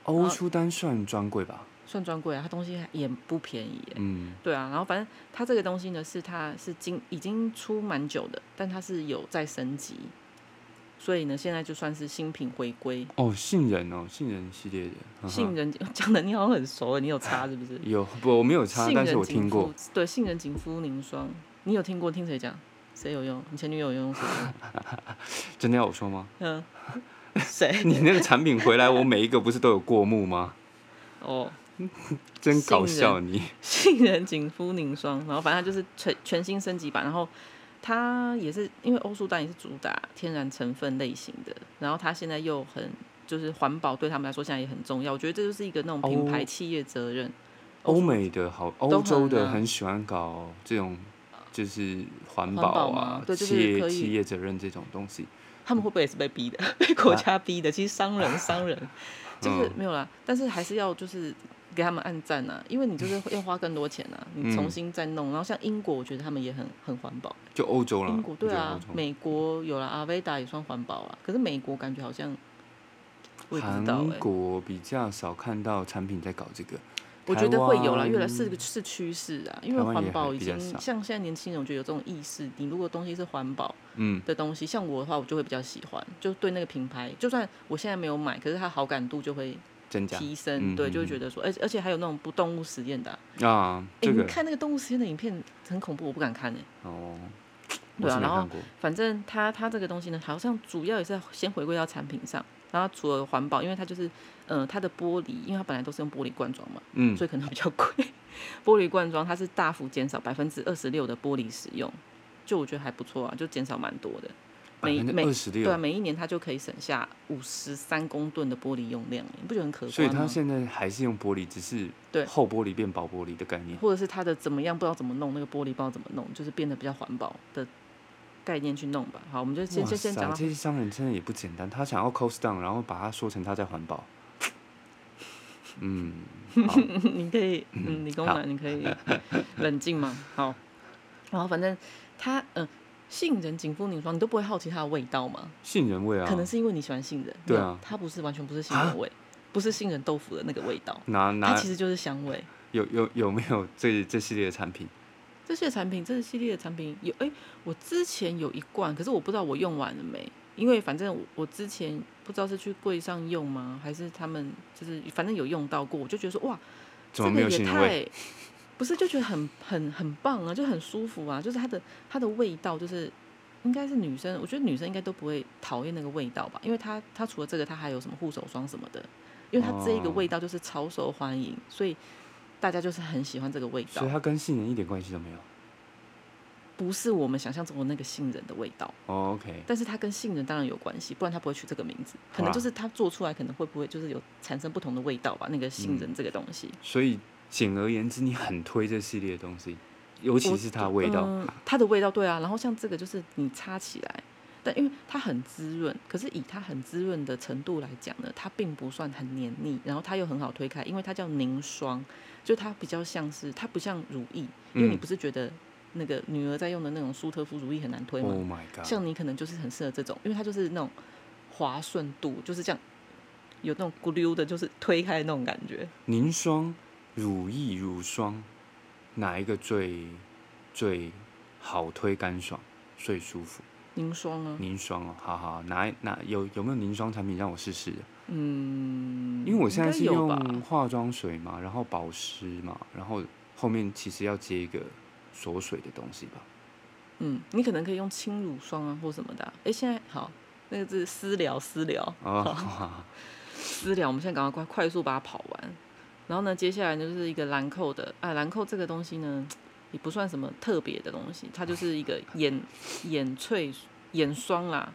A: 欧舒丹算专柜吧？
B: 算专柜啊，它东西也不便宜耶、
A: 嗯，
B: 对啊，然后反正它这个东西呢，是它是经已经出蛮久的，但它是有在升级，所以呢，现在就算是新品回归。
A: 哦，杏仁哦，杏仁系列的。呵呵
B: 杏仁 [laughs] 讲的你好像很熟，你有擦是不是？
A: 有不？我没有擦，
B: 杏
A: 但是
B: 仁
A: 我听
B: 紧
A: 过
B: 肤。对，杏仁紧肤凝霜，你有听过？听谁讲？谁有用？你前女友有
A: [laughs]
B: 用谁用？
A: 真的要我说吗？ [laughs]
B: 嗯，谁？
A: 你那个产品回来，我每一个不是都有过目
B: [laughs]
A: 吗？
B: 哦，
A: 真搞
B: 杏
A: 笑你！
B: 杏仁紧肤凝霜，然后反正它就是全全新升级版，然后它也是因为欧舒丹也是主打天然成分类型的，然后它现在又很就是环保对他们来说现在也很重要，我觉得这就是一个那种品牌
A: 欧
B: 企业责任。
A: 欧美的好，
B: 都
A: 欧
B: 很
A: 洲的
B: 啊
A: 很喜欢搞这种，就是环
B: 环保
A: 保
B: 吗
A: 啊、
B: 对就是
A: 企
B: 可
A: 业
B: 以
A: 企业责任这种东西。
B: 他们会不会也是被逼的，被国家逼的？其实商人，商人就是
A: 嗯
B: 没有啦，但是还是要就是给他们按赞啊，因为你就是要花更多钱啊，你重新再弄。然后像英国，我觉得他们也很很环保。
A: 就欧洲了，
B: 英国
A: 我觉
B: 对
A: 得
B: 啊
A: 欧洲，
B: 美国有了阿维达也算环保啊啦，可是美国感觉好像我也不知道
A: 韩
B: 哎、
A: 国比较少看到产品在搞这个，
B: 我觉得会有啦，
A: 台湾
B: 越来是是趋势啊，因为
A: 台湾也
B: 环保
A: 还
B: 已
A: 比较
B: 经
A: 少
B: 像现在年轻人，我觉得有这种意识，你如果东西是环保。
A: 嗯，
B: 的东西，像我的话，我就会比较喜欢，就对那个品牌，就算我现在没有买，可是它好感度就会
A: 真假
B: 提
A: 嗯
B: 升，对，
A: 嗯
B: 就会觉得说，而且而且还有那种不动物实验的啊、
A: 啊，
B: 哎、
A: 这
B: 你
A: 个
B: 看那个动物实验的影片很恐怖，我不敢看哎、
A: 哦，
B: 对
A: 我
B: 啊
A: 是没
B: 然后
A: 看过，
B: 反正它它这个东西呢，好像主要也是先回归到产品上，然后除了环保，因为它就是，呃，它的玻璃，因为它本来都是用玻璃罐装嘛，
A: 嗯，
B: 所以可能比较贵。玻璃罐装它是大幅减少百分之二十六的玻璃使用，就我觉得还不错啊，就减少蛮多的。
A: 百
B: 每
A: 分之
B: 每
A: 二十
B: 对啊，
A: 六，
B: 每一年它就可以省下五十三公吨的玻璃用量，你不觉得很可观吗？
A: 所以它现在还是用玻璃，只是
B: 对
A: 厚玻璃变薄玻璃的概念。
B: 或者是它的怎么样，不知道怎么弄那个玻璃，不知道怎么弄，就是变得比较环保的概念去弄吧。好，我们就先
A: 哇
B: 先先讲啊
A: 塞
B: 到
A: 这些商人真的也不简单，他想要 cost down，然后把它说成他在环保。嗯，好，
B: [laughs] 你可以，嗯，理工
A: 好
B: 男，你可以
A: [laughs]
B: 冷静吗？好，然后反正它，嗯、杏仁紧肤凝霜，你都不会好奇它的味道吗？
A: 杏仁味啊，
B: 可能是因为你喜欢杏仁，
A: 对
B: 没有
A: 啊
B: 它不是完全不是杏仁味，不是杏仁豆腐的那个味道，
A: 拿拿
B: 它其实就是香味。
A: 有有有没有这这系列的产品？
B: 这些产品，这系列的产品有，哎、我之前有一罐，可是我不知道我用完了没，因为反正我我之前不知道是去柜上用吗，还是他们就是反正有用到过，我就觉得说哇，
A: 怎么没有
B: 这
A: 杏
B: 个也
A: 仁味？
B: 太，不是就觉得很很很棒啊，就很舒服啊，就是它的它的味道就是。应该是女生，我觉得女生应该都不会讨厌那个味道吧，因为它它除了这个，它还有什么护手霜什么的，因为它这一个
A: 哦
B: 味道就是超受欢迎，所以大家就是很喜欢这个味道
A: 所以。它跟杏仁一点关系都没有。
B: 不是我们想象中的那个杏仁的味道，
A: 哦 OK，
B: 但是它跟杏仁当然有关系，不然它不会取这个名字。可能
A: 哇
B: 就是它做出来，可能会不会就是有产生不同的味道吧？那个
A: 嗯
B: 杏仁这个东西，
A: 所以简而言之，你很推这系列的东西，尤其
B: 我
A: 是它味道。
B: 嗯它的味道对啊。然后像这个就是你擦起来，但因为它很滋润，可是以它很滋润的程度来讲呢，它并不算很黏腻，然后它又很好推开，因为它叫凝霜，就它比较像是它不像乳液，因为你
A: 嗯
B: 不是觉得那个女儿在用的那种舒特芙乳液很难推吗？
A: Oh my god！
B: 像你可能就是很适合这种，因为它就是那种滑顺度，就是这样有那种咕溜的，就是推开那种感觉。
A: 凝霜、乳液、乳霜，哪一个最最好推干爽、最舒服？
B: 凝霜啊，
A: 凝霜哦，好好，哪哪有有没有凝霜产品让我试试的？
B: 嗯，
A: 因为我现在是
B: 应该有吧
A: 用化妆水嘛，然后保湿嘛，然后后面其实要接一个锁水的东西吧。
B: 嗯，你可能可以用轻乳霜啊或什么的啊、哎、现在好，那个是私聊私聊
A: 啊，
B: 私聊，我们现在赶快快快速把它跑完。然后呢，接下来呢就是一个兰蔻的啊，兰蔻这个东西呢也不算什么特别的东西，它就是一个眼 [laughs] 眼萃眼霜啦。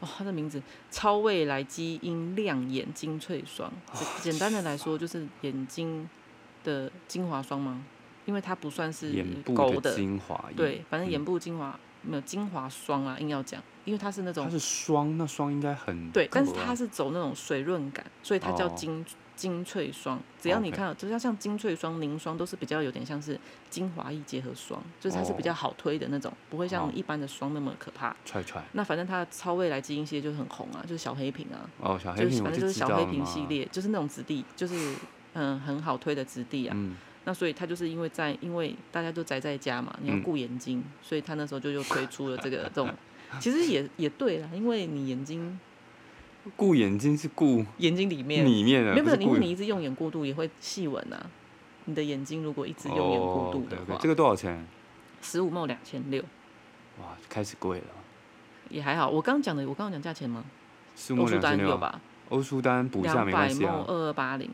B: 哦，它的名字超未来基因亮眼精粹霜，简简单的来说就是眼睛的精华霜吗？因为它不算是
A: 眼部
B: 勾的，
A: 精华液，
B: 对，反正眼
A: 嗯
B: 部精华、没有精华霜啊，硬要讲，因为它是那种
A: 它是霜，那霜应该很
B: 对，但是
A: 够啊
B: 它是走那种水润感，所以它叫
A: 哦
B: 精、精粹霜。只要你
A: OK
B: 看到，只要像精粹霜、凝霜，都是比较有点像是精华液结合霜，就是它是比
A: 哦
B: 较好推的那种，不会
A: 好
B: 像一般的霜那么可怕。
A: 踹踹
B: 那反正它的超未来基因系列就很红啊，就是小黑瓶啊，
A: 哦，小黑
B: 就
A: 瓶
B: 是
A: 我
B: 反正就是
A: 知
B: 小
A: 道
B: 黑
A: 了
B: 瓶
A: 嘛
B: 系，列，就是那种质地，就是嗯很好推的质地啊。
A: 嗯，
B: 那所以他就是因为在因为大家都宅在家嘛，你要
A: 嗯
B: 顾眼睛，所以他那时候就又推出了这个这
A: [laughs]
B: 种，其实也也对啦，因为你眼睛
A: 顾眼睛是顾
B: 眼睛里面
A: 里面的，
B: 没有
A: 不
B: 没有，
A: 是
B: 因
A: 顾
B: 为
A: 眼
B: 你一直用眼过度也会细纹啊。你的眼睛如果一直用眼过度的
A: 哦，OK，OK，
B: 话
A: 这，个多少钱？
B: 十五毛两千六
A: 哇，开始贵了，
B: 也还好。我刚讲的，我刚刚讲价钱吗？
A: 苏
B: 欧
A: 墨
B: 舒
A: 两
B: 丹
A: 千
B: 有
A: 六？
B: 吧？
A: 欧舒丹补一下
B: 两
A: 没
B: 百
A: 关系
B: 毛
A: 啊，
B: 二二八零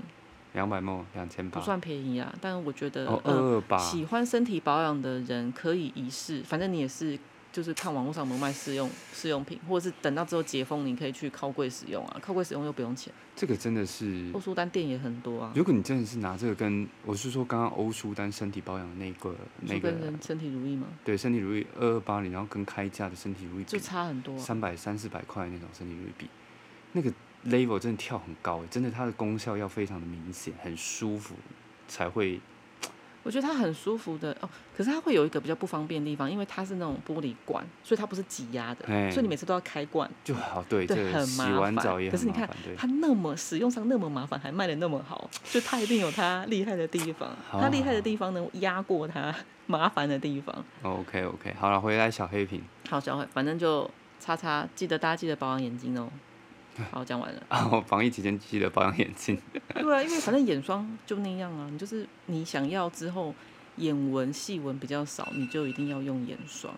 A: 两百梦两千
B: 不
A: 八，
B: 算便宜啊，但我觉得
A: 哦，二
B: 呃
A: 二八，
B: 喜欢身体保养的人可以一试，反正你也是。就是看网络上有没有卖试用试用品，或者是等到之后解封，你可以去靠柜使用啊，靠柜使用又不用钱。
A: 这个真的是
B: 欧，舒丹店也很多啊，
A: 如果你真的是拿这个跟，我是说刚刚欧舒丹身体保养的那个
B: 你
A: 那
B: 说跟
A: 个，
B: 人身体如意嘛，
A: 对，身体如意二二八零，然后跟开价的身体如意
B: 就
A: 比，
B: 差很多、啊。
A: 三百三四百块那种身体如意比，那个 level 真的跳很高、欸真的它的功效要非常的明显，很舒服才会
B: 我觉得它很舒服的哦，可是它会有一个比较不方便的地方，因为它是那种玻璃罐，所以它不是挤压的，
A: 哎
B: 所以你每次都要开罐，
A: 就好。对，
B: 对
A: 这个
B: 很
A: 洗
B: 麻
A: 完
B: 烦
A: 澡也
B: 可
A: 很
B: 是你
A: 麻
B: 看
A: 烦，对。
B: 它那么使用上那么麻烦，还卖的那么好，就它一定有它厉害的地方。
A: 好
B: 它厉害
A: 好
B: 的地方呢，压过它麻烦的地方。
A: OK OK，好了，回来小黑瓶。
B: 好，小慧，反正就擦擦，记得大家记得保养眼睛哦。好，讲完了
A: 啊，我防疫期间记得保养眼睛。
B: 对啊，因为反正眼霜就那样啊，你就是你想要之后眼纹细纹比较少，你就一定要用眼霜。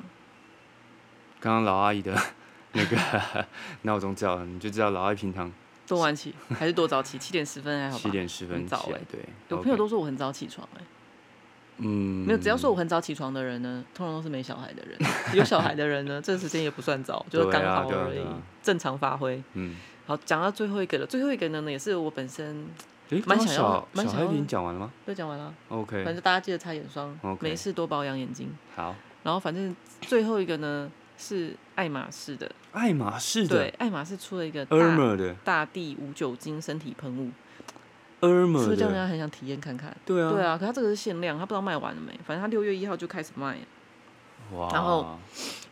A: 刚刚老阿姨的 [laughs] 那个 [laughs] 闹钟叫了，你就知道老阿姨平常
B: 多晚起还是多
A: [laughs]
B: 早起？七点十分还好吧？
A: 七点十分
B: 很早
A: 起来
B: 欸，
A: 对，
B: 我朋友
A: OK
B: 都说我很早起床哎、
A: 嗯，
B: 没有，只要说我很早起床的人呢，通常都是没小孩的人。 [laughs] 有小孩的人呢，这时间也不
A: [laughs]
B: 算早，就是刚好
A: 对啊
B: 而已，
A: 对啊对啊
B: 正常发挥。
A: 嗯，
B: 好，讲到最后一个了，最后一个呢，也是我本身
A: 诶，
B: 蛮
A: 刚刚
B: 想要
A: 小
B: 蛮
A: 小
B: 想
A: 黑
B: 要
A: 瓶讲完了吗
B: 都讲完了，反
A: ？OK，
B: 正大家记得擦眼霜
A: OK
B: 没事多保养眼睛。
A: 好，
B: 然后反正最后一个呢是爱马仕的，
A: 爱马仕
B: 对
A: 的，
B: 爱马仕出了一个大
A: Erma 的
B: 大地无酒精身体喷雾，是不
A: ，Erma
B: 是让人
A: 的，
B: 家很想体验看看？
A: 对啊，
B: 对啊，可它这个是限量，它不知道卖完了没，反正它六月一号就开始卖了。
A: 哇，
B: 然后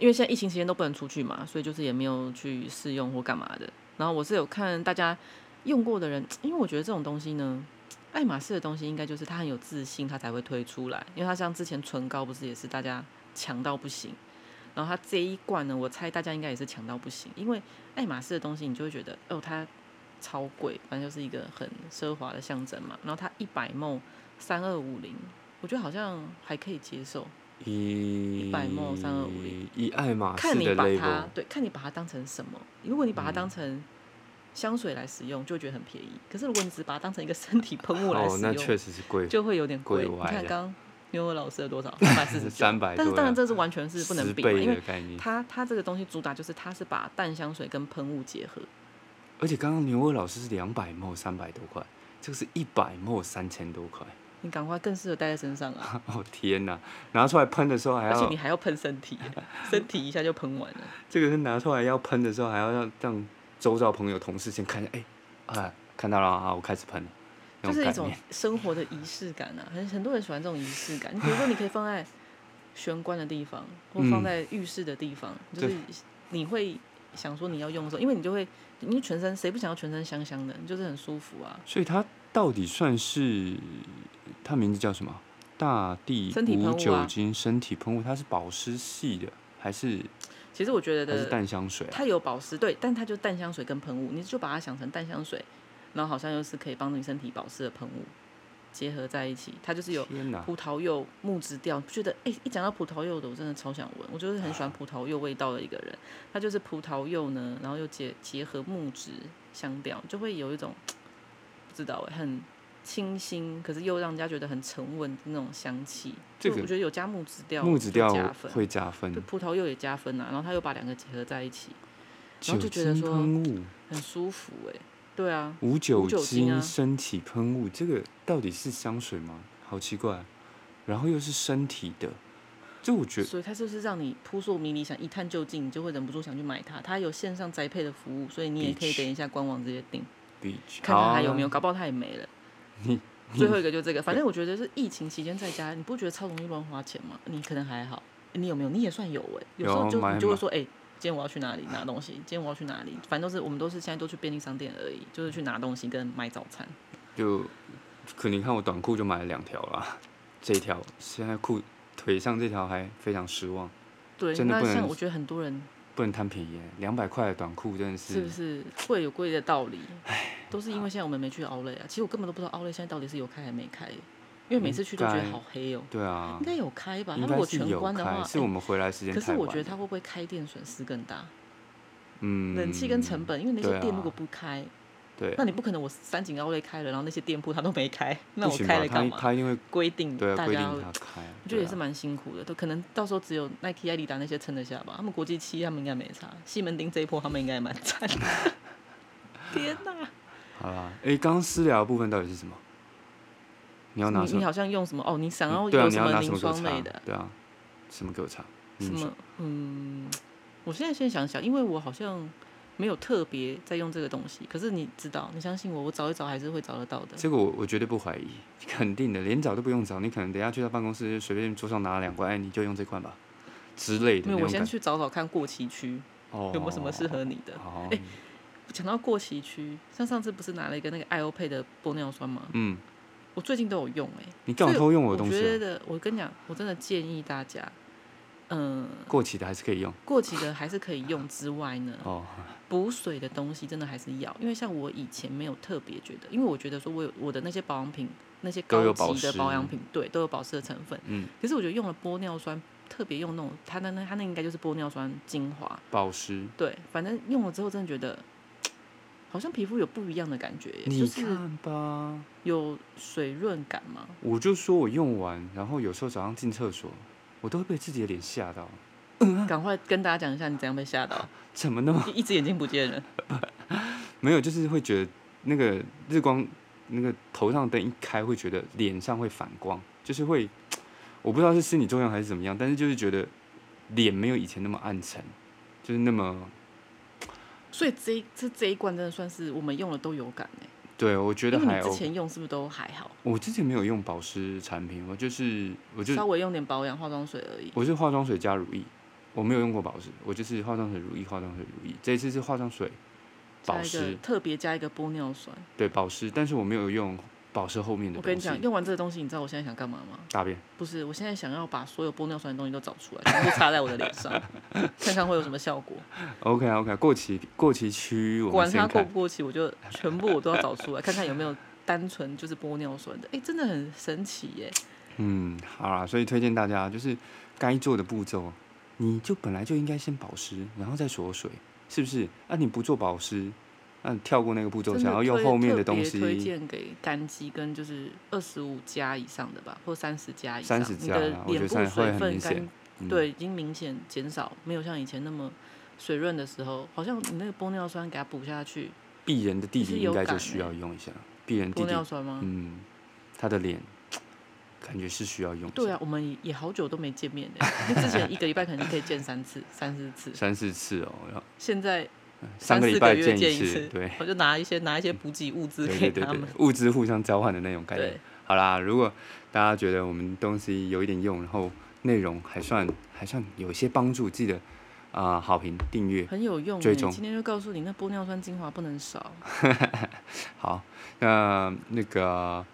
B: 因为现在疫情期间都不能出去嘛，所以就是也没有去试用或干嘛的。然后我是有看大家用过的人，因为我觉得这种东西呢，爱马仕的东西应该就是它很有自信，它才会推出来。因为它像之前唇膏不是也是大家抢到不行，然后它这一罐呢，我猜大家应该也是抢到不行，因为爱马仕的东西你就会觉得哦它超贵，反正就是一个很奢华的象征嘛。然后它一百梦三二五零，我觉得好像还可以接受。
A: 一
B: 100 ml 3250，
A: 一爱马仕
B: 看你
A: 啊的
B: 把
A: label 嗯
B: 它对，看你把它当成什么。如果你把它当成香水来使用，就会觉得很便宜。可是如果你只把它当成一个身体喷雾来
A: 哦，
B: 使
A: 那确
B: 用，
A: 实是贵，
B: 就会有点贵。
A: 贵
B: 你
A: 歪
B: 看
A: 了
B: 刚牛牛老师的多
A: [laughs]
B: 少？三百四十
A: 300
B: 但是
A: 多
B: 当然
A: 了
B: 这是完全是不能
A: 十
B: 比嘛，
A: 倍
B: 因
A: 的
B: 为
A: 概念。
B: 它它这个东西主打就是它是把淡香水跟喷雾结合。
A: 而且刚刚牛二老师是两百 ml 三百多块，这个是一百 ml 三千多块， [laughs]
B: 你赶快更适合带在身上啊！
A: 哦天哪！拿出来喷的时候 [laughs] 还
B: 而且
A: 要
B: 你，还要喷身体，身体一下就喷完了。
A: 这个是拿出来要喷的时候还要让让周遭朋友同事先看一下，哎、啊看到了啊，我开始喷了，那
B: 就是一
A: 概
B: 种
A: 念。 [laughs]
B: 生活的仪式感啊，很很多人喜欢这种仪式感。比如说，你可以放在玄关的地方，或
A: 嗯
B: 放在浴室的地方，就是你会想说你要用的时候，因为你就会，你全身谁不想要全身香香的，你就是很舒服啊。
A: 所以它到底算是它名字叫什么？大地
B: 身体喷雾啊
A: 无酒精身体喷雾，它是保湿系的还是
B: 其实我觉
A: 还是
B: 得
A: 淡香水、啊？
B: 它有保湿，对，但它就淡香水跟喷雾，你就把它想成淡香水，然后好像又是可以帮助你身体保湿的喷雾结合在一起，它就是有
A: 天哪！
B: 葡萄柚木质调，觉得哎、一讲到葡萄柚的，我真的超想闻。我就是很喜
A: 啊
B: 欢葡萄柚味道的一个人，它就是葡萄柚呢，然后又结结合木质香调，就会有一种不知道哎、很清新，可是又让人家觉得很沉稳的那种香气。
A: 这
B: 就
A: 个
B: 我觉得有加木质调，
A: 木质调
B: 加分，
A: 会加分
B: 对，葡萄柚也加分啊。然后它又把两个结合在一起，然
A: 酒
B: 后就觉得
A: 精
B: 说
A: 喷雾。
B: 很舒服哎、对啊，
A: 无酒
B: 酒精啊
A: 精身体喷雾，这个到底是香水吗？好奇怪。啊然后又是身体的，这我觉得
B: 所以它就是让你扑朔迷离，想一探究竟，你就会忍不住想去买它。它有线上宅配的服务，所以你也可以
A: Beach
B: 等一下官网直接订，
A: 比啊
B: 看看还有没有，
A: 好
B: 搞不好它也没了。最后一个就这个，反正我觉得是疫情期间在家，你不觉得超容易乱花钱吗？你可能还好，你有没有？你也算有哎、有时候
A: 有
B: 就
A: 买
B: 你就会
A: 买
B: 说，哎、今天我要去哪里拿东西？今天我要去哪里？反正都是我们都是现在都去便利商店而已，就是去拿东西跟买早餐。
A: 就可你看我短裤就买了两条啦， [laughs] 这条现在裤腿上这条还非常失望，
B: 对，
A: 真的
B: 那
A: 不能
B: 像我觉得很多人
A: 不能贪便宜，两百块的短裤真的
B: 是不
A: 是
B: 是贵有贵的道理？都是因为现在我们没去奥莱啊。其实我根本都不知道奥莱现在到底是有开还没开耶，因为每次去都觉
A: 应
B: 得
A: 该
B: 好黑哦、
A: 对啊
B: 应，该有开吧？它
A: 应
B: 如
A: 该
B: 果
A: 是
B: 全
A: 有
B: 关的话，
A: 开，是
B: 哎
A: 我们回来时间
B: 可是
A: 太
B: 我
A: 晚
B: 觉得它
A: 了。
B: 会不会开店损失更大？
A: 嗯，
B: 冷气跟成本，因为那
A: 对
B: 些
A: 啊
B: 店如果不开，
A: 对，啊
B: 那你不可能我三井奥莱开了，然后那些店铺他都没开，那
A: 不
B: 我
A: 行
B: 开
A: 吧？
B: 了
A: 他
B: 干
A: 一
B: 嘛？
A: 他一定会
B: 规定
A: 对啊，
B: 大
A: 规
B: 家
A: 定他开啊。
B: 我觉得
A: 对
B: 也
A: 啊
B: 是蛮辛苦的，都可能到时候只有 Nike、阿迪达那些撑得下吧。他们国际期他们应该没差，西门町这一波他们应该也蛮惨的。 [laughs] 天哪！
A: 好啦，哎、刚刚私聊的部分到底是什么？你要拿
B: 你
A: 什
B: 你
A: 么？
B: 好像用什么？哦，你想要
A: 对啊，
B: 有
A: 你
B: 什
A: 要拿什
B: 凝
A: 么给我
B: 霜
A: 查嗯
B: 类的？？
A: 对啊，什么给我查？
B: 什
A: 凝
B: 么？嗯，我现在先想想，因为我好像没有特别在用这个东西。可是你知道，你相信我，我找一找还是会找得到的。
A: 这个我我绝对不怀疑， [laughs] 肯定的，连找都不用找，你可能等一下去到办公室随便桌上拿了两罐，哎，你就用这款吧之类的那
B: 没有，
A: 种
B: 我
A: 感
B: 先
A: 觉。
B: 去找找看过期区
A: 哦，
B: 有没有什么适合哎你的。
A: 哦，
B: 讲到过期区，像上次不是拿了一个那个艾欧佩的玻尿酸吗？
A: 嗯，
B: 我最近都有用哎、
A: 你干嘛偷用我的东
B: 所以我觉
A: 西、啊？
B: 得，我跟你讲，我真的建议大家，嗯、
A: 过期的还是可以用
B: 过期的还是可以用之外呢，
A: 哦，
B: 补水的东西真的还是要，因为像我以前没有特别觉得，因为我觉得说我有我的那些保养品，那些
A: 都
B: 高
A: 有保
B: 级的
A: 湿
B: 保养品，对，都有保湿的成分。
A: 嗯，
B: 可是我觉得用了玻尿酸，特别用那种，它那那它那应该就是玻尿酸精华，
A: 保湿。
B: 对，反正用了之后真的觉得，好像皮肤有不一样的感觉耶，就
A: 你
B: 是
A: 看吧，
B: 有水润感嘛。
A: 我就说我用完，然后有时候早上进厕所，我都会被自己的脸吓到，
B: 赶快跟大家讲一下你怎样被吓到，
A: 怎么那么
B: 一一只眼睛不见了。 [laughs]
A: 没有，就是会觉得那个日光那个头上灯一开，会觉得脸上会反光，就是会我不知道是心理作用还是怎么样，但是就是觉得脸没有以前那么暗沉，就是那么
B: 所以这一这这一罐真的算是我们用了都有感哎、
A: 对我觉得
B: 因为
A: 还
B: 你之
A: OK。
B: 前用是不是都还好？
A: 我之前没有用保湿产品，我就是我就
B: 稍微用点保养化妆水而已。
A: 我是化妆水加乳液，我没有用过保湿，我就是化妆水乳液化妆水乳液，这一次是化妆水保
B: 加一个
A: 湿
B: 特别加一个玻尿酸。
A: 对保湿，但是我没有用保湿后面的
B: 我
A: 东
B: 跟你
A: 西
B: 讲，用完这个东西，你知道我现在想干嘛吗？
A: 大便。
B: 不是，我现在想要把所有玻尿酸的东西都找出来，全部擦在我的脸上，看看会有什么效果。
A: OK OK，过期过期区我
B: 管
A: 们
B: 它
A: 先
B: 过
A: 看
B: 不。过期，我就全部我都要找出来，看看有没有单纯就是玻尿酸的。哎、真的很神奇耶、
A: 嗯，好啦，所以推荐大家就是该做的步骤，你就本来就应该先保湿，然后再锁水，是不是？啊，你不做保湿，那、你跳过那个步骤，
B: 真
A: 想要用
B: 推
A: 后面的东
B: 特别推
A: 西，
B: 荐给干肌跟就是二十五加以上的吧，或三十加以上，
A: 30
B: 你
A: 加
B: 的
A: 啦我觉
B: 脸
A: 得
B: 部
A: 30会
B: 水
A: 很
B: 分
A: 明显
B: 干、
A: 嗯
B: 对已经明显减少，没有像以前那么水润的时候，好像你那个玻尿酸给它补下去，
A: 鄙人的弟弟
B: 是有
A: 应该就
B: 感
A: 需
B: 欸
A: 要用一下。鄙人弟
B: 玻
A: 弟
B: 尿，酸吗？
A: 嗯，他的脸感觉是需要用一
B: 对
A: 下
B: 啊，我们也也好久都没见面了，
A: [laughs]
B: 因为之前一个礼拜可能可以见三次、三四次，
A: 三四次哦，然后
B: 现在
A: 三
B: 三
A: 个礼
B: 四个
A: 拜
B: 月
A: 见
B: 见一
A: 次，
B: 次
A: 对。
B: 我就拿一些拿一些补给物资
A: 对
B: 给
A: 对对
B: 他
A: 对
B: 们。，
A: 物资互相交换的那种概念
B: 对。
A: 好啦，如果大家觉得我们东西有一点用，然后内容还算还算有一些帮助，记得啊、好评订阅。
B: 很有用、
A: 追
B: 欸，
A: 踪
B: 今天就告诉你，那玻尿酸精华不能少。
A: 好，那那个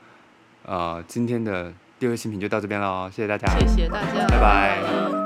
A: 呃，今天的六月新品就到这边喽，谢谢大家，
B: 谢谢大家，
A: 拜拜。
B: 拜